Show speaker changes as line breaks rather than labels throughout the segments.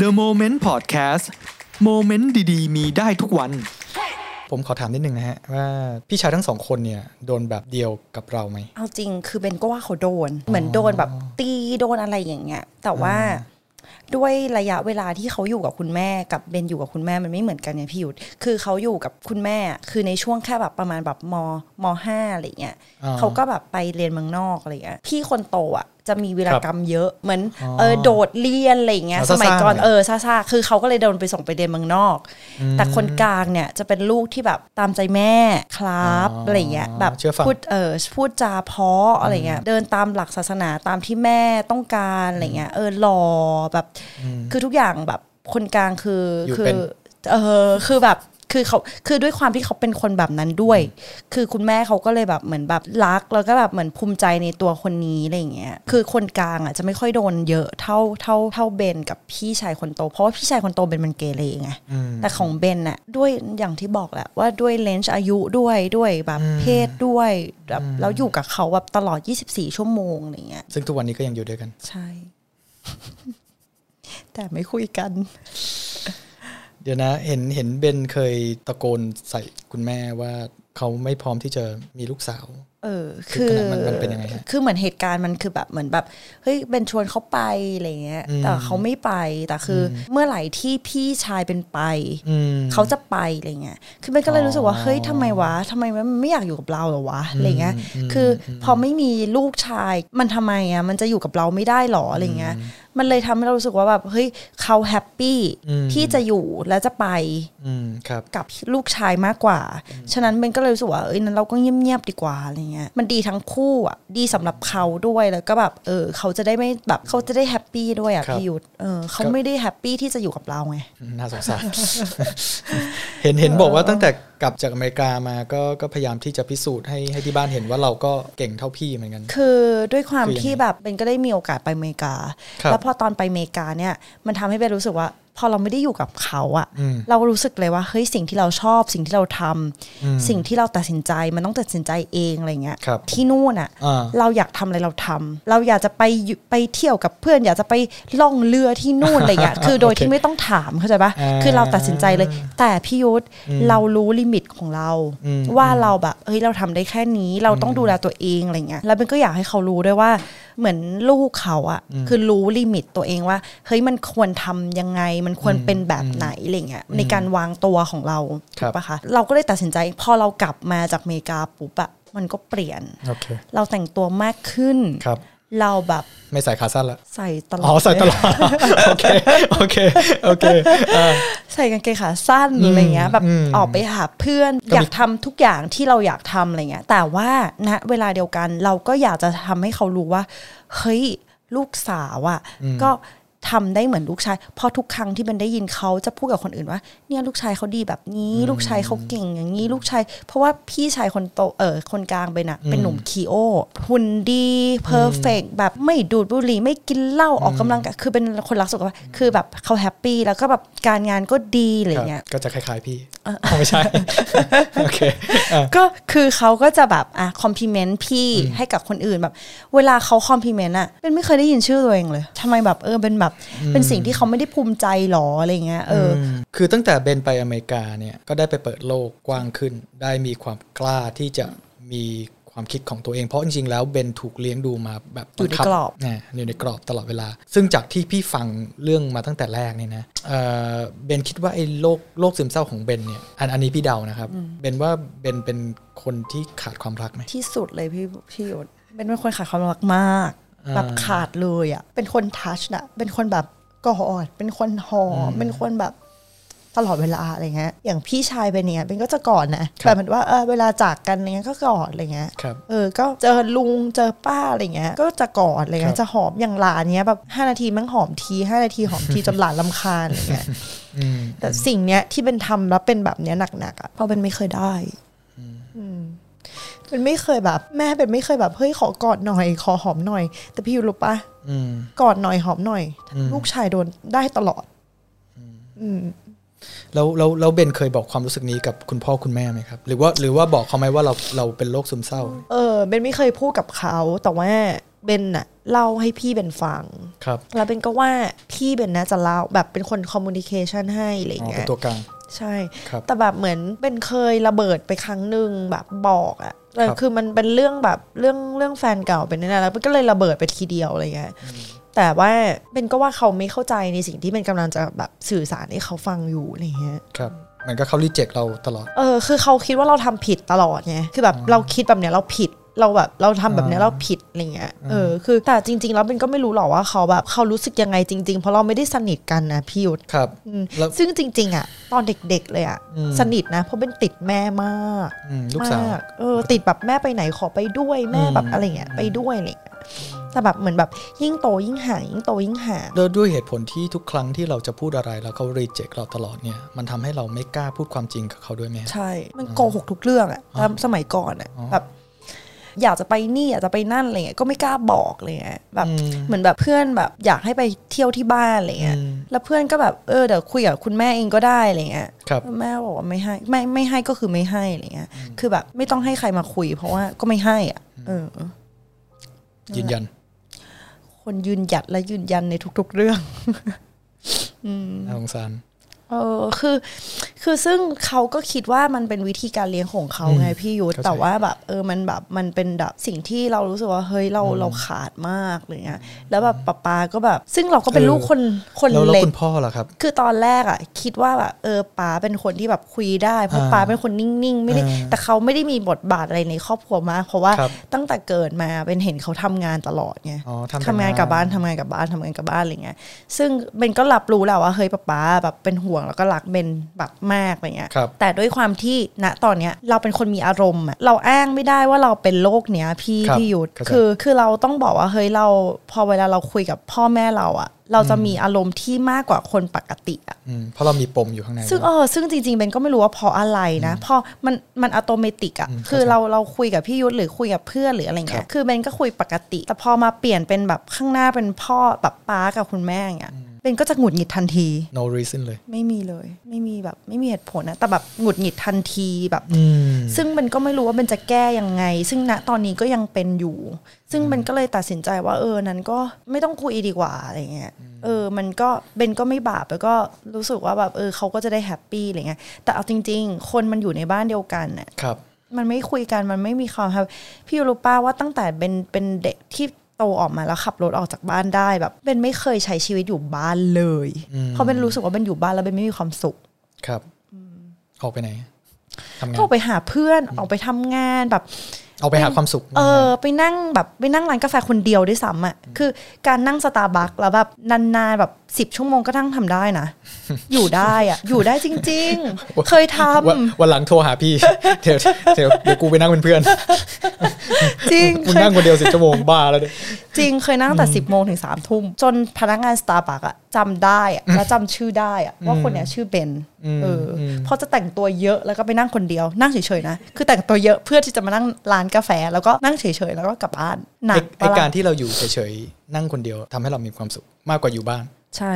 The Moment Podcast โมเมนต์ดีๆ มีได้ทุกวัน
ผมขอถามนิดนึงนะฮะ ว่าพี่ชายทั้งสองคนเนี่ยโดนแบบเดียวกับเราไหม
เอาจริงคือเบนก็ว่าเขาโดน เหมือนโดนแบบตีโดนอะไรอย่างเงี้ย แต่ว่าด้วยระยะเวลาที่เขาอยู่กับคุณแม่กับเบนอยู่กับคุณแม่มันไม่เหมือนกันไงพี่หยุดคือเขาอยู่กับคุณแม่คือในช่วงแค่แบบประมาณแบบมมห้าอะไรเงี้ย
อ่า
เขาก็แบบไปเรียนเมืองนอกอะไรเงี้ยพี่คนโตอ่ะจะมีวีรกรรมเยอะเหมือน
อ๋อ
เออโดดเรียนอะไรเงี้ย
เอา
ส
ซ่าๆ
มัยก่อน
หน่อย
เออซ่าๆคือเขาก็เลยโดนไปส่งไปเรียนเมืองนอก แต่คนกลางเนี่ยจะเป็นลูกที่แบบตามใจแม่ครับ
อ๋ออ
อะไรเงี้ยแบบ
เชื่อฟัง
พูด เออพูดจาเพราะอะไรเงี้ยเดินตามหลักศาสนาตามที่แม่ต้องการอะไรเงี้ยเออหล่อแบบ คือทุกอย่างแบบคนกลางคือ
อยู่
คื
เป็น
เออคือแบบคือเขาคือด้วยความที่เขาเป็นคนแบบนั้นด้วย คือคุณแม่เขาก็เลยแบบเหมือนแบบรัก แล้วก็แบบเหมือนภูมิใจในตัวคนนี้อะไรเงี้ยคือคนกลางอ่ะจะไม่ค่อยโดนเยอะเท่าเท่าเท่าเบนกับพี่ชายคนโตเพราะว่าพี่ชายคนโตเบนมันเกเรไง
อืม
แต่ของเบนน่ะด้วยอย่างที่บอกแหละว่าด้วยเลนส์อายุด้วยด้วยแบบ
อืม
เพศด้วยแบบ
อืม
แล้วอยู่กับเขาแบบตลอด 24 ชั่วโมงอะไรเงี้ย
ซึ่งทุกวันนี้ก็ยังอยู่ด้วยกัน
ใช่ แต่ไม่คุยกัน
เดี๋ยวนะเห็นเห็นเบนเคยตะโกนใส่คุณแม่ว่าเขาไม่พร้อมที่จะมีลูกสาว
เออ
คือ
คือ
ขนาดมันมันเป็นยังไงฮะ
คือเหมือนเหตุการณ์มันคือแบบเหมือนแบบเฮ้ยเบนชวนเขาไปอะไรเงี้ย
อืม
แต่เขาไม่ไปแต่คืออเมื่อไหร่ที่พี่ชายเป็นไป
อืม
เขาจะไปอะไรเงี้ย คือเบนก็เลยรู้สึกว่า
อ๋อ
เฮ้ยทำไมวะทำไมมันไม่อยากอยู่กับเราเหรอวะ อะไรเงี้ย
อืม
คืออ
ม
พอไม่มีลูกชาย มันทำไมอ่ะ มันจะอยู่กับเราไม่ได้หรออะไรเงี้ย มันเลยทำให้เรารู้สึกว่าแบบ เฮ้ย เขาแฮปปี้ที่จะอยู่และจะไป
อืมครับ
กับลูกชายมากกว่า ฉะนั้นเบนก็เลยรู้สึกว่า เอ้ยนั้นเราก็เงียบๆดีกว่าอะไรเงี้ย มันดีทั้งคู่อ่ะ ดีสำหรับเขาด้วย แล้วก็แบบ เออ เขาจะได้ไม่แบบ เขาจะได้แฮปปี้ด้วยอ่ะ
ครับ
พี่ยุทธเออ เขาไม่ได้แฮปปี้ที่จะอยู่กับเราไง
น่าสงสาร เห็นเห็นบอกว่าตั้งแต่กลับจากอเมริกามาก็ก็พยายามที่จะพิสูจน์ให้ให้ที่บ้านเห็นว่าเราก็เก่งเท่าพี่เหมือนกัน
คือด้วยความ
คือยังไง
ที่แบบเบนก็ได้มีโอกาสไปอเมริกา
ครับ
แล้วพอตอนไปอเมริกาเนี่ยมันทำให้เบนรู้สึกว่า พอเราไม่ได้อยู่กับเขาอะ
อืม
เรารู้สึกเลยว่าเฮ้ยสิ่งที่เราชอบ สิ่งที่เราทำ
อืม
สิ่งที่เราตัดสินใจมันต้องตัดสินใจเองอะไรเงี้ย
ครับ
ที่นู่นอะ
อ่า
เราอยากทำอะไรเราทำเราอยากจะไปอยู่ไปเที่ยวกับเพื่อน อยากจะไปล่องเรือที่นู่นอะไร เงี้ยคือโดยที่ไม่ต้องถามเข้าใจปะ
อ่า
คือเราตัดสินใจเลย แต่พี่ยุทธเรารู้ลิมิตของเรา
อืม
ว่า ว่าเราแบบเฮ้ยเราทำได้แค่นี้เราต้องดูแลตัวเองอะไรเงี้ยแล้วมันก็อยากให้เขารู้ด้วยว่า เหมือนลูกเขาอะคือรู้ลิมิตตัวเองว่าเฮ้ยมันควรทำยังไง มันควรเป็นแบบไหนอะไรเงี้ยในการวางตัวของเรา
ค
ถู
รับ
กปะคะเราก็เลยตัดสินใจพอเรากลับมาจากอเมริกาปุ๊บอะมันก็เปลี่ยน
โอเค
เราแต่งตัวมากขึ้น
ครับ
เราแบบ
ไม่ใส่ขาสั้นละ
ใส่ตลอ
อ๋อ
ด
ใส่ตลอด โอเค โอเค โอเคอ่า
ใส่กางเกงขาสั้นอะไรเงี้ยแบบ
อืม
ออกไปหาเพื่อน
ก็มี
อยากทำทุกอย่างที่เราอยากทำอะไรเงี้ยแต่ว่าณเวลาเดียวกันเราก็อยากจะทำให้เขารู้ว่า เฮ้ยลูกสาวอะ่ะก็ทำได้เหมือนลูกชายเพอทุกครั้งที่มันได้ยินเขาจะพูดกับคนอื่นว่า เนี่ยลูกชายเขาดีแบบนี้ลูกชายเขาเก่งอย่างนี้ลูกชายเพราะว่าพี่ชายคนโตเออคนกลางไปนะเป็นหนุ่มคีโอหุ่นดีเพอร์เฟกแบบไม่ดูดบุหรี่ไม่กินเหล้าออกกำลังกายคือเป็นคนรักสุขภาพคือแบบเขาแฮปปี้แล้วก็แบบการงานก็ดีอะไร
ครับ
เงี้ย
ก็จะคล้ายๆพี่อ๋อไม่ใช่ โอเคอ่า
ก็คือเขาก็จะแบบอ่ะคอมพลเมนต์พี่ให้กับคนอื่นแบบ เวลาเขาคอมพลเมนต์อ่ะเป็นไม่เคยได้ยินชื่อตัวเองเลยทำไมแบบเออเป็นแบบเป็นสิ่งที่เขาไม่ได้ภูมิใจหรออะไรเงี้ยเอออ
มคือตั้งแต่เบนไปอเมริกาเนี่ยก็ได้ไปเปิดโลกกว้างขึ้น ได้มีความกล้าที่จะมีความคิดของตัวเอง เพราะจริงๆแล้วเบนถูกเลี้ยงดูมาแบบ
อยู่ใน
บังคั
กรอบ
นะอยู่ในกรอบตลอดเวลา ซึ่งจากที่พี่ฟังเรื่องมาตั้งแต่แรกเนี่ยนะเอ่อเบนคิดว่าไอ้โรคโรคซึมเศร้าของเบนเนี่ยอันอันนี้พี่เดานะครับเบนว่าเบนเป็นคนที่ขาดความรักไหม
ที่สุดเลยพี่พี่หยดเป็นเป็นคนขาดความรักมาก
อ่า
แบบขาดเลยอ่ะเป็นคนทัชนะเป็นคนแบบกอดเป็นคนหอมเป็นคนแบบตลอดเวลาอะไรเงี้ยอย่างพี่ชายเป็นเนี่ยเป็นก็จะกอดนะ
ครั
แบบ บเหมือนว่าเออเวลาจากกันอะไรเงี้ยก็กอดอะไรเงี้ย
ครับ
เออ ก็เจอลุงเจอป้าอะไรเงี้ย ก็จะกอดอะไร
ครั
เงี้
บ
ย จะหอมอย่างหลานเนี้ยแบบ 5 นาทีมั่งหอมที 5 นาทีหอม ที จนหลานลำคาญอะไรเงี้ย
อืม
แต่สิ่งเนี้ยที่เป็นทำแล้วเป็นแบบเนี้ยหนักๆอะเพราะเป็นไม่เคยได้อืมเป็นไม่เคยแบบ แม่เป็นไม่เคยแบบเฮ้ยขอกอดหน่อย ขอหอมหน่อย แต่พี่อยู่รู้ปะ
อืม
กอดหน่อยหอมหน่อย
อืม
ลูกชายโดนได้ตลอด อืม
แล้วแล้วแล้วเบนเคยบอกความรู้สึกนี้กับคุณพ่อคุณแม่ไหมครับหรือว่าหรือว่าบอกเขาไหมว่าเราเราเป็นโรคซึมเศร้า
เออเบนไม่เคยพูดกับเขาแต่ว่า เบนน่ะเล่าให้พี่เบนฟัง
ครับ
แล้วเบนก็ว่าพี่เบนน่าจะเล่าแบบเป็นคนคอมมูนิเคชันให้อะไร
อ๋อ
เงี้
เป็น
ย
ตัวกลาง
ใช่
ครับ
แต่แบบเหมือนเป็นเคยระเบิดไปครั้งหนึ่งแบบบอกอะแต่
ครับ
คือมันเป็นเรื่องแบบเรื่องเรื่องแฟนเก่าเป็นนั่นแหละแล้วมันก็เลยระเบิดไปทีเดียวอะไรเงี้ยแต่ว่าเป็นก็ว่าเขาไม่เข้าใจในสิ่งที่เป็นกำลังจะแบบสื่อสารให้เขาฟังอยู่อะไรเงี้ย
ครับมันก็เข้ารีเจ็คเราตลอด
เออคือเขาคิดว่าเราทำผิดตลอดไงคือแบบเราคิดแบบเนี้ยเราผิดเราแบบเราทำแบบเนี้ย
อ่า
เราผิดอะไรเงี้ยเออคือแต่จริง ๆ แล้วเป็นก็ไม่รู้หรอกว่าเขาแบบเขารู้สึกยังไงจริง ๆ เพราะเราไม่ได้สนิทกันนะพี่ยุทธ
ครับ
อืม
แล้ว
ซึ่งจริง ๆอ่ะตอนเด็ก ๆ เลยอ่ะ
อืม
สนิทนะเพราะเป็นติดแม่มาก
อืมลูกสาว
มากเออติดแบบแม่ไปไหนขอไปด้วยแม่แบบ
อืม
อะไรเงี้ยไปด้วยอะไรเงี้ยแต่แบบเหมือนแบบยิ่งโตยิ่งห่างยิ่งโตยิ่งห่าง
ด้วยด้วยเหตุผลที่ทุกครั้งที่เราจะพูดอะไรแล้วเขารีเจ็คเราตลอดเนี่ยมันทำให้เราไม่กล้าพูดความจริงกับเขาด้วยไหม
ใช่มันโกหกทุกเรื่องอ่ะตามสมัยก่อนอ่ะ
อ๋อ
แบบ อยากจะไปนี่อยากจะไปนั่นอะไรเงี้ยก็ไม่กล้าบอกอะไรเลยแบบ
อืม
เหมือนแบบเพื่อนแบบอยากให้ไปเที่ยวที่บ้านอะไรเงี้ย
อืม
แล้วเพื่อนก็แบบเออเดี๋ยวคุยกับคุณแม่เองก็ได้อะไรเงี้ย
ครับ
แม่บอกว่าไม่ให้ไม่ไม่ให้ก็คือไม่ให้อะไรเงี้ย คือแบบไม่ต้องให้ใครมาคุย เพราะว่าก็ไม่ให้อ่ะเออ
ยืนยัน
คนยืนหยัดและยืนยันในทุก ๆเรื่อง
น่าสงสาร
เออคือ คือซึ่งเขาก็คิดว่ามันเป็นวิธีการเลี้ยงของเขาไง
อืม
พี่ยุทธ
เข้าใจ
แต่ว่าแบบเออมันแบบมันเป็นแบบสิ่งที่เรารู้สึกว่าเฮ้ยเราเราขาดมากอะไรเงี้ยแล้วแบบป้าปาก็แบบ ซึ่งเราก็เป็นลูกคนคน
แล้วแล้ว
เล็ก
คุณพ่อล่ะครับ
คือตอนแรกอะคิดว่าแบบเออป๋าเป็นคนที่แบบคุยได้ เพราะ
อ่า
ป๋าเป็นคนนิ่งๆ ไม่ได้
อ่า
แต่เขาไม่ได้มีบทบาทอะไรในครอบครัวมากเพราะว่า
ครับ
ตั้งแต่เกิดมาเป็นเห็นเขาทำงานตลอดไง
อ๋อทำแต่
ทำงานกับบ้าน
งาน
ทำงานกับบ้านทำงานกับบ้านอะไรเงี้ยซึ่งเบนก็รับรู้แหละว่าเฮ้ยป๋าแบบเป็นห่วงแล้วก็รักเบนแบบมากอะไรเงี้ย
ครับ
แต่ด้วยความที่ณตอนเนี้ยเราเป็นคนมีอารมณ์อะเราอ้างไม่ได้ว่าเราเป็นโรคเนี้ยพี่
ครับ
พี่ยุทธ
เข้าใจ
คือคือเราต้องบอกว่าเฮ้ยเราพอเวลาเราคุยกับพ่อแม่เราอะเราจะมีอารมณ์ที่มากกว่าคนปกติอะ
อืมเพราะเรามีปมอยู่ข้างใน
ซึ่งเออซึ่งจริงๆเบนก็ไม่รู้ว่าเพราะอะไรนะเพอมันมันอัตโนมัติอะ
อืมเข้าใจ
คือเราเราคุยกับพี่ยุทธหรือคุยกับเพื่อนหรืออะไรเงี้ยคือเบนก็คุยปกติ แต่พอมาเปลี่ยนเป็นแบบข้างหน้าเป็นพ่อแบบป้ากับคุณแม่อย่างเงี้ย
อืม
เบนก็จะหงุดหงิดทันที
no reason เลย
ไม่มีเลย ไม่มีแบบไม่มีเหตุผลนะแต่แบบหงุดหงิดทันทีแบบ
อืม
ซึ่งมันก็ไม่รู้ว่ามันจะแก้ยังไง ซึ่งณตอนนี้ก็ยังเป็นอยู่ ซึ่งมันก็เลยตัดสินใจว่า เออนั้นก็ไม่ต้องคุยดีกว่าอะไรเงี้ยเออ มันก็เบนก็ไม่บาปแล้วก็รู้สึกว่าแบบเออเขาก็จะได้แฮปปี้อะไรเงี้ยแต่เอาจริง ๆ คนมันอยู่ในบ้านเดียวกันน่ะ
ครับ
มันไม่คุยกันมันไม่มีความครับพี่รู้ป้าว่าตั้งแต่เบนเป็นเด็กที่โตออกมาแล้วขับรถออกจากบ้านได้แบบเบนไม่เคยใช้ชีวิตอยู่บ้านเลย
อืม
เพราะเบนรู้สึกว่าเบนอยู่บ้านแล้วเบนไม่มีความสุข
ครับ ออกไปไหนทำงา
ก็อน อกไปหาเพื่อนออกไปทำงานแบบ
ออกไปหาความสุข
เออไปนั่งแบบไปนั่งร้านกาแฟคนเดียวด้วยซ้ำอ่ะคือการนั่งสตาร์บัคแล้วแบบนานๆแบบสิบชั่วโมงก็นั่งทำได้ นะ อยู่ได้อ่ะ อยู่ได้จริง ๆ เคยทำ
วันวันหลังโทรหาพี่ เดี๋ยวเดี๋ยวเดี๋ยวกูไปนั่งเป็นเพื่อน
จริง
มึง
เคย
นั่งคนเดียวสิบชั่วโมงบ้าแล้วเนี่ย
จริงเคยนั่งแต่สิบโมงถึงสามทุ่มจนพนักงานสตาร์บัคอะจำได้อะและจำชื่อได้อะว่าคนเนี้ยชื่อเบน
อืม
เอออ
ม
เพราะจะแต่งตัวเยอะแล้วก็ไปนั่งคนเดียวนั่งเฉยๆนะคือแต่งตัวเยอะเพื่อที่จะมานั่งร้านกาแฟแล้วก็นั่งเฉยๆแล้วก็กลับบ้านหนั
ไอ้
ก
ไอ
ปะล่ะ
การที่เราอยู่เฉยๆนั่งคนเดียวทำให้เรามีความสุขมากกว่าอยู่บ้าน
ใช่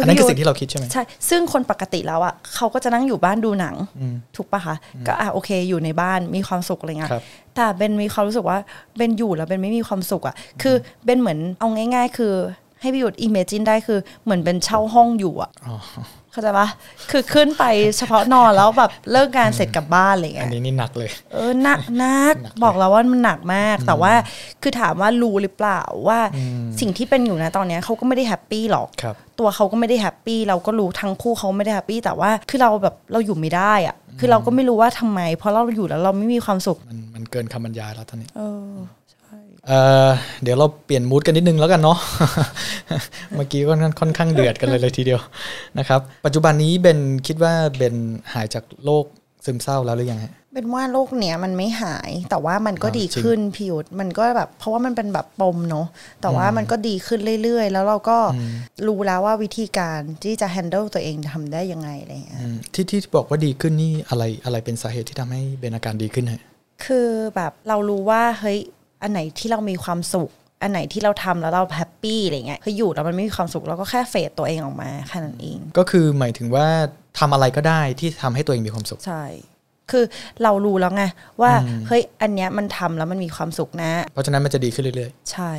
อันนั้น
พี่ยุทธ
คือสิ่งที่เราคิดใช่ไหม
ใช่ ซึ่งคนปกติแล้วอ่ะเขาก็จะนั่งอยู่บ้านดูหนัง
อืม
ถูกปะคะ ก็อ่ะโอเค อยู่ในบ้านมีความสุขอะไรเงี้ย
ครับ
แต่เบนมีความรู้สึกว่าเบนอยู่แล้วเบนไม่มีความสุขอ่ะ คือเบนเหมือนเอาง่าย ๆ คือให้พี่หยุดอิมเมจินได้คือเหมือนเบนเช่าห้องอยู่อ่ะ
อ๋อ
เข้าใจปะคือขึ้นไปเฉพาะนอนแล้วแบบเลิกงานเสร็จกลับบ้านอะไร
อั
เงี้
น
ย
นี้นี่หนักเลย
เออหนักหนักบอกแล้วว่ามันหนักมาก แต่ว่าคือถามว่ารู้หรือเปล่าว่า
อืม
สิ่งที่เป็นอยู่นะตอนเนี้ยเขาก็ไม่ได้แฮปปี้หรอก
ครับ
ตัวเขาก็ไม่ได้แฮปปี้เราก็รู้ทั้งคู่เขาไม่ได้แฮปปี้แต่ว่าคือเราแบบเราอยู่ไม่ได้อะคือเราก็ไม่รู้ว่าทำไม เพราะเราอยู่แล้วเราไม่มีความสุข
มันมันเกินคำบรรยายแล้วตอนนี้
เออใช่
เออเดี๋ยวเราเปลี่ยนมูดกันนิดนึงแล้วกันเนาะ เมื่อกี้ก็ค่อนข้างเดือดกันเลยเลยทีเดียวนะครับ ปัจจุบันนี้เบนคิดว่าเบนหายจากโรคซึมเศร้าแล้วหรือยังฮะ
เป็นว่าโรคเนี้ยมันไม่หาย แต่ว่ามันก็
อ่า
ดี
จริง
ขึ้นพิยุทธมันก็แบบเพราะว่ามันเป็นแบบปมเนาะแต่ว่ามันก็ดีขึ้นเรื่อยๆ แล้วเราก็รู้แล้วว่าวิธีการที่จะ handle ตัวเองทำได้ยังไงอะไรอย่างเงี้ย
อืมที่ที่บอกว่าดีขึ้นนี่อะไรอะไรเป็นสาเหตุที่ทำให้เบนอาการดีขึ้นฮะ
คือแบบเรารู้ว่าเฮ้ยอันไหนที่เรามีความสุข อันไหนที่เราทำแล้วเราแฮปปี้อะไรเงี้ยคืออยู่แล้วมันไม่มีความสุขเราก็แค่เฟดตัวเองออกมาแค่นั้นเอง
ก็คือหมายถึงว่าทำอะไรก็ได้ที่ทำให้ตัวเองมีความสุข
ใช่ คือเรารู้แล้วไงว่าเฮ้ยอันเนี้ยมันทำแล้วมันมีความสุขนะ
เพราะฉะนั้นมันจะดีขึ้นเรื่อย
ใช่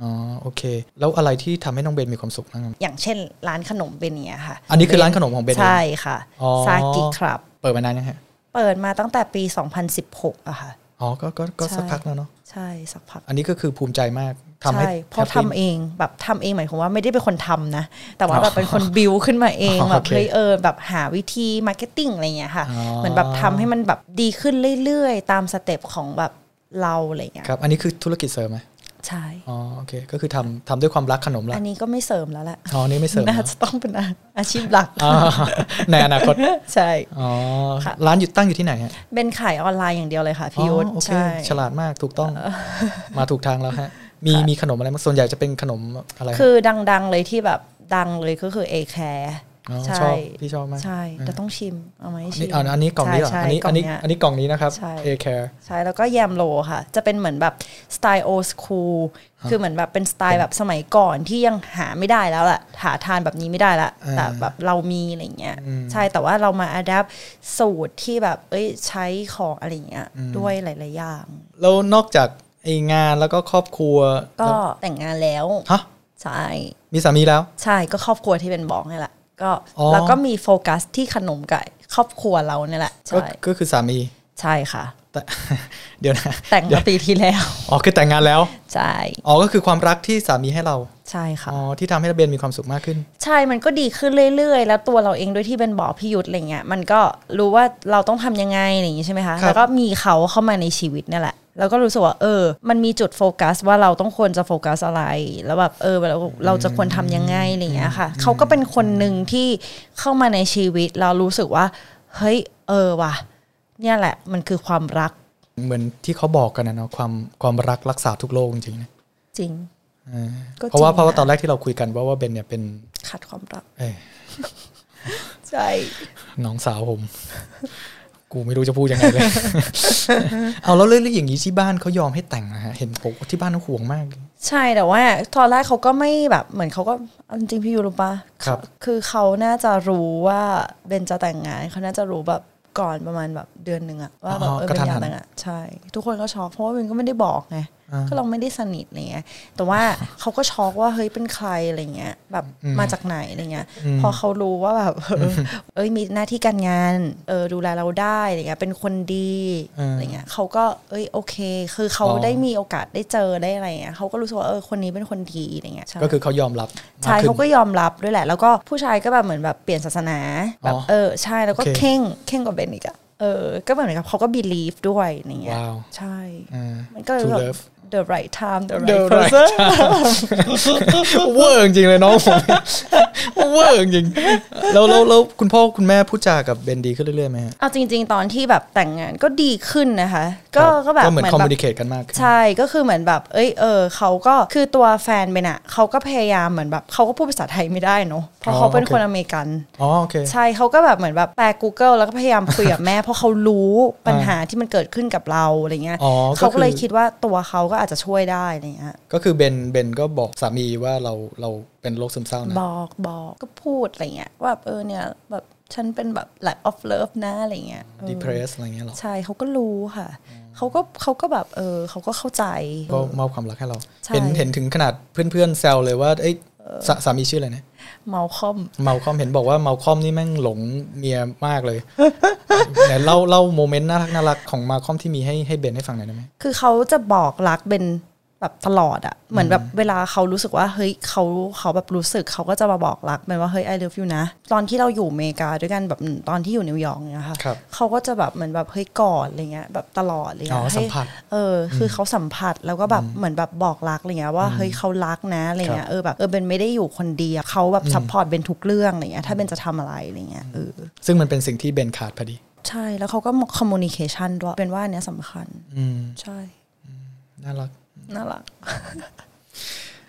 อ๋อโอเค แล้วอะไรที่ทำให้น้องเบนมีความสุขบ้างครับ
อย่างเช่นร้านขนมเบนเนียค่ะ
อันนี้คือร้านขนมของเบนเอง
ใช่ค่ะ
อ๋อ
ซากิครับ
เปิดมานานยังฮะ
เปิดมาตั้งแต่ปี 2016อะค่ะ
อ๋อก็ก็ก็
ใช่
สักพักแล้วเนาะ
ใช่สักพัก
อันนี้ก็คือภูมิใจมากทำให้
ใช่เพราะ
แฮปปี้
ทำเองแบบทำเองหมายความว่าไม่ได้เป็นคนทำนะ แต่ว่า
อ๋อ
แบบเป็นคนบิวขึ้นมาเอง
อ๋อ
แบบ
โอเค
เฮ้ยเออแบบหาวิธีมาร์เก็ตติ้งอะไรเงี้ยค่ะ
อ๋อ
เหมือนแบบทำให้มันแบบดีขึ้นเรื่อยๆ ตามสเต็ปของแบบเราอะไรเงี้ย
ครับ อันนี้คือธุรกิจเสริมไหม
ใช่
อ๋อโอเค ก็คือทำทำด้วยความรักขนมละ
อันนี้ก็ไม่เสริมแล้วแหละ
อ๋ออันนี่ไม่เสริม
น่า
นะ
จะต้องเป็นอาชีพหลัก
อ่า ในอนาคต
ใช่
อ๋อ
ค่ะ
ร้านอยู่ตั้งอยู่ที่ไหนฮะ
เป็นขายออนไลน์อย่างเดียวเลยค่ะ
อ๋
พี่
อ
ยุทธ
โอเค
ใช่
ฉลาดมากถูกต้องมาถูกทางแล้วฮะมีมีขนมอะไรบ้างส่วนใหญ่จะเป็นขนมอะไรฮะ
คือดังๆเลยที่แบบดังเลยก็คือเอแคร์
อ๋อ
ใช่
ชอบพี่ชอบมาก
ใช่ แต่ต้องชิม เอาไหม
อัน
ชิ
นี้
ม
อ่าอันนี้กล่องนี้เหรอ
ใช่
อันนี้
ใช่
อันนี้
กล่งเย
อันนี้กล่องนี้นะครับ
ใช่
A Care
ใช่แล้วก็แยมโลค่ะ จะเป็นเหมือนแบบสไตล์โอสคูลคือเหมือนแบบเป็นสไตล์แบบสมัยก่อนที่ยังหาไม่ได้แล้วล่ะ หาทานแบบนี้ไม่ได้ละ
อ่า
แต่แบบเรามีอะไรเงี้ยใช่แต่ว่าเรามาอัดแอปสูตรที่แบบเอ้ยใช้ของอะไรเงี้ย
อืม
ด้วยหลาย ๆ อย่าง
แล้วนอกจากไองานแล้วก็ครอบครัว
ก็
แล้ว
แต่งงานแล้ว
ฮะ
ใช่
มีสามีแล้ว
ใช่ก็ครอบครัวที่เป็นบอกนี่แหละก็
อ๋อ
แล้วก็มีโฟกัสที่ขนมไก่ครอบครัวเราเนี่ยแหละ
ก็
ใช่
ก็คือสามี
ใช่ค่ะ
แต่ เดี๋ยวนะ
แต่ง
เดี๋ย
มาว ปีที่แล้ว
อ๋อคือแต่งงานแล้ว
ใช่
อ๋อก็คือความรักที่สามีให้เรา
ใช่ค่ะ
อ๋อที่ทำให้เบนมีความสุขมากขึ้น
ใช่มันก็ดีขึ้นเรื่อยๆ แล้วตัวเราเองด้วยที่เป็นบอพิยุทธ์อะไรเงี้ยมันก็รู้ว่าเราต้องทำยังไงอะไรอย่างงี้ใช่ไหมคะ
ครับ
แล้วก็มีเขาเข้ามาในชีวิตเนี่ยแหละ แล้วก็รู้สึกว่าเออ มันมีจุดโฟกัสว่าเราต้องควรจะโฟกัสอะไร แล้วแบบเออเราเราจะควรทำยังไงอะไรเงี้ยค่ะเขาก็เป็นคนหนึ่งที่เข้ามาในชีวิตเรารู้สึกว่า เฮ้ยเออว่ะเนี่ยแหละมันคือความรัก
เหมือนที่เขาบอกกันนะเนาะความความรักรักษาทุกโรคจริงๆนะ
จริง
เออ
ก็จริง
เพราะว่าเพราะว่า
นะ
ตอนแรกที่เราคุยกันว่าว่าเบนเนี่ยเป็น
ขาดความรัก
เอ้ย
ใช่
น้องสาวผม กูไม่รู้จะพูดยังไงเลย เอาแล้วเรื่องอย่างนี้ที่บ้านเขายอมให้แต่งนะฮะเห็นผมที่บ้านเขาห่วงมาก
ใช่แต่ว่าตอนแรกเขาก็ไม่แบบเหมือนเขาก็เอาจริงๆพี่ยูรู้ปะ
ครับ
คือเขาน่าจะรู้ว่าเบนจะแต่งงานเขาน่าจะรู้แบบก่อนประมาณแบบเดือนหนึ่งอะว่าแบบ
อ๋อ
เออก
ระ
เบ
ทัน
นอ
หั
ยาก
น
แต่งอะใช่ ทุกคนก็ช็อกเพราะว่าเบนก็ไม่ได้บอกไง
อ่า
ก็เราไม่ได้สนิทอะไรเงี้ยแต่ว่า เขาก็ช็อกว่าเฮ้ยเป็นใครอะไรเงี้ยแบบ
อืม
มาจากไหนอะไรเงี้ย
อืม
พอเขารู้ว่าแบบเออเอ้ยมีหน้าที่การงานเออดูแลเราได้อะไรเงี้ยเป็นคนดี
อ่า
อะไรเงี้ยเขาก็เอ้ยโอเค คือเขา
อ๋อ
ได้มีโอกาสได้เจอได้อะไรเงี้ยเขาก็รู้สึกว่าเออคนนี้เป็นคนดีอะไรเงี้ยใช่
ก็คือเขายอมรับม
ใช่
ขึ้น
เขาก็ยอมรับด้วยแหละ แล้วก็ผู้ชายก็แบบเหมือนแบบเปลี่ยนศาสนาแบบ
อ๋อ
เออใช่แล้วก็
โอเค
เข่งเข่งกับเบนอีกอะเออ ก็เหมือนกับเขาก็ believe ด้วยอย่างเงี้ย
ว้าว
ใช่
อ่า
มันก็เลย
True
แบบ
love
the right time the
The
right
right
person
เวอร์จริงเลยน้องผมเวอร์จริงแล้วแล้วแล้วคุณพ่อคุณแม่พูดจากับเบนดีขึ้นเรื่อยๆไหมฮะ
เอาจริง ๆ ตอนที่แบบแต่งงานก็ดีขึ้นนะคะ ก็
ครับ
ก็แบบ
ก็เหมือนคอม
แบ
มู
บ
นิเคตกันมากขึ้น
ใช่ ก็คือเหมือนแบบ เอ้ย เออ เขาก็คือตัวแฟนเบนอะเขาก็พยายามเหมือนแบบเขาก็พูดภาษาไทยไม่ได้เนอะเพราะ
อ๋อ
เขาเป็น
โอเค
คนอเมริกัน
อ๋อโอเค
ใช่เขาก็แบบเหมือนแบบแปล Google แล้วก็พยายามคุยกับแม่ เพราะเขารู้ปัญหาที่มันเกิดขึ้นกับเราอะไรเงี้ย
อ๋อก็คือ
เขาก็เลยคิดว่าตัวเขาก็อาจจะช่วยได้อะไรเงี้ย
ก็คือเบนเบนก็บอกสามีว่าเราเราเป็นโรคซึมเศร้านะ
บอกบอกก็พูดอะไรเงี้ยว่าแบบเออเนี่ยแบบฉันเป็นแบบ lack of love นะอะไรเงี้ยเออ
depressed อะไรเงี้ยหรอ
ใช่เขาก็รู้ค่ะเขาก็เขาก็แบบเออเขาก็เข้าใจ
ก็มอบความรักให้เรา
ใช่
เห็นเห็นถึงขนาดเพื่อนๆแซวเลยว่าเอ้ยสาสามีชื่ออะไรนะ
เมาคอม
เมาคอมเห็นบอกว่าเมาคอมนี่แม่งหลงเมียมากเลย ไหนเล่าเล่าโมเมนต์น่ารักน่ารักของมาคอมที่มีให้ให้เบนให้ฟังหน่อยได้ไหม
คือเขาจะบอกรักเป็นแบบตลอดอะเหมือนแบบเวลาเขารู้สึกว่าเฮ้ยเขาเขาแบบรู้สึกเขาก็จะมาบอกรักเป็นว่าเฮ้ย I love you นะ ตอนที่เราอยู่อเมริกาด้วยกันแบบตอนที่อยู่นิวยอร์กเนี่ยค่ะ
ครับ
เขาก็จะแบบเหมือนแบบเฮ้ยกอดอะไรเงี้ยแบบตลอดเลย
อ๋อ
ให้
สัมผัส
เอออคือเขาสัมผัสแล้วก็แบบเหมือนแบบบอกรักอะไรเงี้ยว่าเฮ้ยเขารักนะอะไรเงี้ยเออแบบเออเบนไม่ได้อยู่คนเดียวเขาแบบซัพพอร์ตเบนทุกเรื่องอะไรเงี้ยถ้าเบนจะทำอะไรอะไรเงี้ยเออ
ซึ่งมันเป็นสิ่งที่เบนขาดพอดี
ใช่แล้วเขาก็คอมมูนิเคชันด้วยเป็นว่าอันเนี้ยสำคัญ
อืม
ใช่
น่ารัก
น่ารัก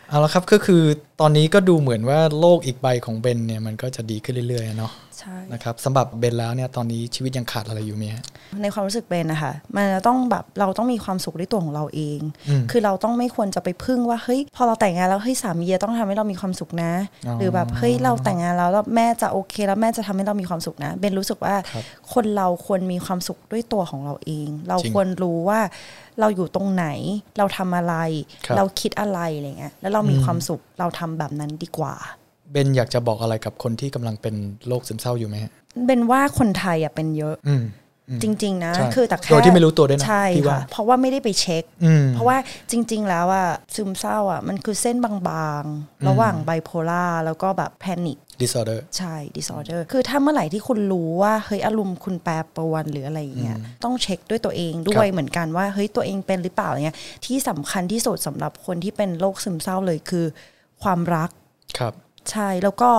เอาละครับก็คือตอนนี้ก็ดูเหมือนว่าโลกอีกใบของเบนเนี่ยมันก็จะดีขึ้นเรื่อยๆเนาะ
ใช่
นะครับสำหรับเบนแล้วเนี่ยตอนนี้ชีวิตยังขาดอะไรอยู่ไหมฮะ
ในความรู้สึกเบนนะคะมันจะต้องแบบเราต้องมีความสุขด้วยตัวของเราเอง
อืม
คือเราต้องไม่ควรจะไปพึ่งว่าเฮ้ยพอเราแต่งงานแล้วเฮ้ยสามีจะต้องทำให้เรามีความสุขนะ
อ๋อ
หรือแบบเฮ้ยเราแต่งงานแล้วแล้วแม่จะโอเคแล้วแม่จะทำให้เรามีความสุขนะเบนรู้สึกว่า
ครับ
คนเราควรมีความสุขด้วยตัวของเราเอง เรา
จริง
ควรรู้ว่า เราอยู่ตรงไหน เราทำอะไร
ครับ
เราคิดอะไรอะไรเงี้ยแล้วเรามีความสุขเราทำแบบนั้นดีกว่า
เบนอยากจะบอกอะไรกับคนที่กำลังเป็นโรคซึมเศร้าอยู่ไหมฮะ
เป็นว่าคนไทยอ่ะเป็นเยอะ
อืมอืม
จริง ๆ นะ
ใช่
คือแต่แค่
โดยที่ไม่รู้ตัวด้วยนะ
ใช่
พี่ว่า
ค่ะเพราะว่าไม่ได้ไปเช็ค
อืม
เพราะว่าจริง ๆ แล้วอะซึมเศร้าอะมันคือเส้นบางๆ ระหว่างไบโพล่าแล้วก็แบบแพนิค
disorder
ใช่ disorder คือถ้าเมื่อไหร่ที่คุณรู้ว่าเฮ้ยอารมณ์คุณแปรปรวนหรืออะไรอย่างเงี้ยต้องเช็คด้วยตัวเองด้วยเหมือนกันว่าเฮ้ยตัวเองเป็นหรือเปล่าอย่างเงี้ยที่สำคัญที่สุดสำหรับคนที่เป็นโรคซึมเศร้าเลยคือ ความรัก
ครับ
ใช่แล้วก็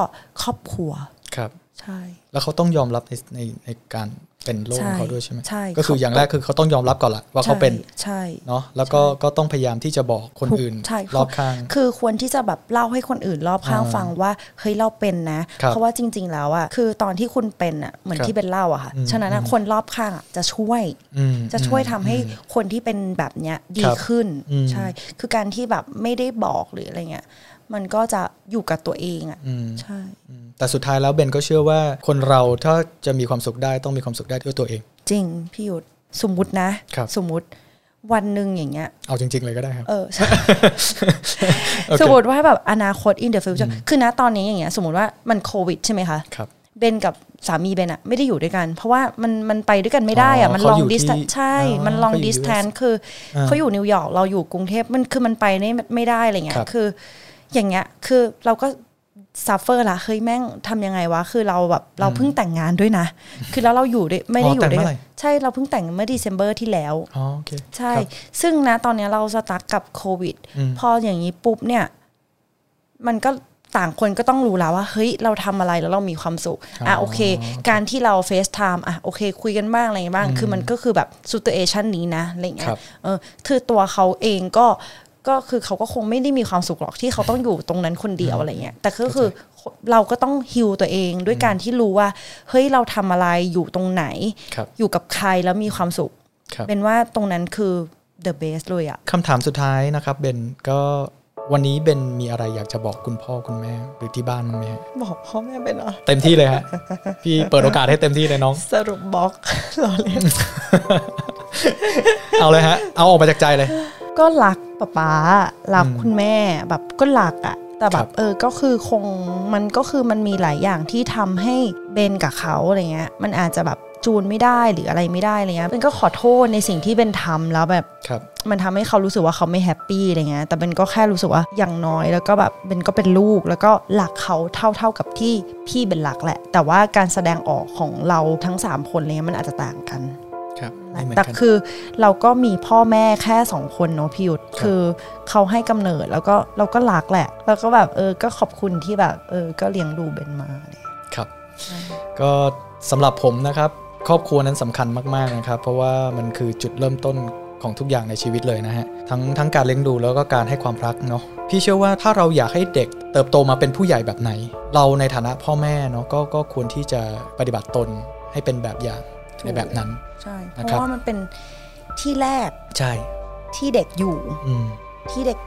ครอบครัว
ครับ
ใช่
แล้วเขาต้องยอมรับในในในการเป็นโรคของเขา
ใช่
ด้วยใช่ไหม
ใช่
ก็คือ
เขา
อย่างแรกคือเขาต้องยอมรับก่อนละว่าเขาเป็น
ใช่
เนาะแล้วก็ก็ต้องพยายามที่จะบอกคน
ถูก
อื่น
ใช่
รอบข้าง
คือควรที่จะแบบเล่าให้คนอื่นรอบข้าง
อ่า
ฟังว่าเฮ้ยเราเป็นนะ
ครับ
เพราะว่าจริง ๆ แล้วอะคือตอนที่คุณเป็นอะเหมือน
ครับ
ที่เบนเล่าอะค่ะ
อืม
ฉะนั้นอะ
อืม
คนรอบข้างอะจะช่วย
อืม
จะช่วย
อืม
ทำให้คนที่เป็นแบบเนี้ยดี
ครับ
ขึ้น
อืม
ใช่ คือการที่แบบไม่ได้บอกหรืออะไรเงี้ยมันก็จะอยู่กับตัวเองอะ
อืม
ใช่
อืมแต่สุดท้ายแล้วเบนก็เชื่อว่าคนเราถ้าจะมีความสุขได้ต้องมีความสุขได้ด้วยตัวเอง
จริงพี่ยุทธสมมตินะ
ครับ
สมมติวันหนึ่งอย่างเงี้ย
เอาจริง ๆ เลยก็ได้ครับ
เอ อใช่
โอเค
สมมติว่าแบบอนาคต in the future คือนะตอนนี้อย่างเงี้ยสมมติว่ามันโควิดใช่ไหมคะ
ครับ
เบนกับสามีเบนอะไม่ได้อยู่ด้วยกัน เพราะว่ามันมันไปด้วยกันไม่ได้อะ
อ๋อ
มันล
เขา
อง
อยู่
ดิสแทน
ที่
ใช่
อ๋อ
มันลอง
เขาอยู่
ดิสแทน
US
คืออา เขาอยู่นิวยอร์กเราอยู่กรุงเทพมันคือมันไปไม่ไม่ได้อะไรเงี้
ครั
ย
บ
คือ อย่างเงี้ยคือเราก็ซัฟเฟอร์ละเฮ้ยแม่งทำยังไงวะ คือเราแบบเราเพิ่งแต่งงานด้วยนะ คือแล้วเราอยู่ด้วยไม่ได้อยู่ด้วยกันใช่เราเพิ่งแต่งเมื่อเดซ ember ที่แล้ว
อ๋อโอเค
ใช่
ครับ
ซึ่งนะตอนเนี้ยเราสตั๊กกับโควิด
อืม
พออย่างนี้ปุ๊บเนี่ย มันก็ต่างคนก็ต้องรู้แล้วว่าเฮ้ยเราทำอะไรแล้วเรามีความสุขอ่ะ
อ๋อ
โอเค การที่เราเฟซไทม์อ่ะโอเค คุยกันบ้างอะไรบ้าง คือมันก็คือแบบซูเตอเอชันนี้นะอะไรเงี้
ครั
ย
บ
เออคือตัวเขาเองก็ก็คือเขาก็คงไม่ได้มีความสุขหรอกที่เขาต้องอยู่ตรงนั้นคนเดียวอะไรเงี้ยแต่ก็คือเราก็ต้องฮิวตัวเองด้วยการที่รู้ว่าเฮ้ยเราทำอะไรอยู่ตรงไหน
ครับ
อยู่กับใครแล้วมีความสุข
ครับ
เป็นว่าตรงนั้นคือ the best เลยอะ
คำถามสุดท้ายนะครับเบนก็วันนี้เบนมีอะไรอยากจะบอกคุณพ่อคุณแม่หรือที่บ้านมั้างไหมฮะ
บอกพ่อแม่เป็นอะ
เต็มที่เลยฮะ พี่เปิดโอกาสให้เต็มที่เลยน้อง
สรุปบล็อก เราเล่น
เอาเลยฮะ เอาออกมาจากใจเลย
ก็รักป๊าป๊ารัก
อืม
คุณแม่แบบก็รักอะแต่แบ
ครับ บ
เออก็คือคงมันก็คือมันมีหลายอย่างที่ทำให้เบนกับเขาอะไรเงี้ย มันอาจจะแบบจูนไม่ได้หรืออะไรไม่ได้อะไรเงี้ยเบนก็ขอโทษในสิ่งที่เบนทำแล้วแบบ
ครับ
มันทำให้เขารู้สึกว่าเขาไม่แฮปปี้อะไรเงี้ย แต่เบนก็แค่รู้สึกว่าอย่างน้อยแล้วก็แบบเบนก็เป็นลูกแล้วก็หลักเขาเท่าเท่าๆกับที่พี่เป็นหลักแหละ แต่ว่าการแสดงออกของเราทั้ง 3 คนอะไรเลยมันอาจจะต่างกัน
ครับไม่เหมือน
แต่
กัน
คือเราก็มีพ่อแม่แค่ 2 คนเนาะพี่ยุทธคือเขาให้กำเนิดแล้วก็เราก็รักแหละ แล้วก็แบบเออก็ขอบคุณที่แบบเออก็เลี้ยงดูเบนมาอะไรเงี้ย
ครับ ก็สำหรับผมนะครับ ครอบครัวนั้นสำคัญมาก ๆ นะครับ เพราะว่ามันคือจุดเริ่มต้นของทุกอย่างในชีวิตเลยนะฮะ ทั้งทั้งการเลี้ยงดูแล้วก็การให้ความรักเนาะพี่เชื่อว่าถ้าเราอยากให้เด็กเติบโตมาเป็นผู้ใหญ่แบบไหน เราในฐานะพ่อแม่เนาะก็ก็ควรที่จะปฏิบัติตนให้เป็นแบบอย่าง
ถูก
ในแบบนั้น
ใช่ เพ
นะ
ราะ
ครับ
ว่ามันเป็นที่แรก
ใช่
ที่เด็กอยู่
อืม
ที่เด็ก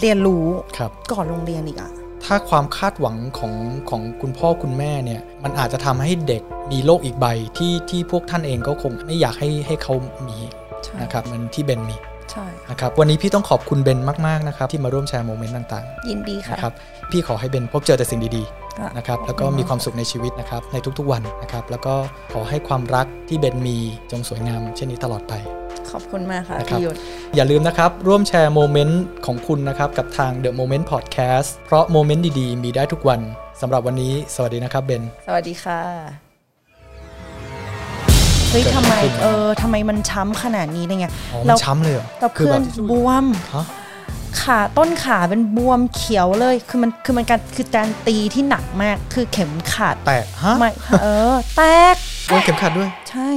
เรียนรู้
ครับ
ก่อนโรงเรียนอีกอะ
ถ้าความคาดหวังของของคุณพ่อคุณแม่เนี่ย มันอาจจะทำให้เด็กมีโลกอีกใบที่ที่พวกท่านเองก็คงไม่อยากให้ให้เขามี
ใช่
นะครับเหมันที่เบนมี
ใช่ค่ะ
นะครับวันนี้พี่ต้องขอบคุณเบนมาก ๆ นะครับ ที่มาร่วมแชร์โมเมนต์ต่าง
ยินดี
ๆ
ค่ะ
นะครับพี่ขอให้เบนพบเจอแต่สิ่งดี
ค่ะ
ๆนะครับ
ขอบคุณ
แล้วก็มีความสุขในชีวิตนะครับในทุกๆวันนะครับแล้วก็ขอให้ความรักที่เบนมีจงสวยงามเช่นนี้ตลอดไป
ขอบคุณมากค่ะ
นะครับ
พี่ยุทธ
อย่าลืมนะครับ ร่วมแชร์โมเมนต์ของคุณนะครับ กับทาง The Moment Podcast เพราะโมเมนต์ดีๆ มีได้ทุกวันสำหรับวันนี้สวัสดีนะครับเบน
สวัสดีค่ะ เฮ้ยทำไม
เกิดอะไรขึ้น
เออทำไมมันช้ำขนาดนี้อะไรเงี้ย
อ๋อมั
เรา
นช้ำเลยเหรอ
เรา
คือ
เพื่
แบ
อบ นบวม
ฮะ
ขาต้นขาเป็นบวมเขียวเลย คือมันคือมันการคือการตีที่หนักมากคือเข็มขาด
แตกฮะ
ไม่เออ แตก
โดนเข็มขัดด้วย
ใช่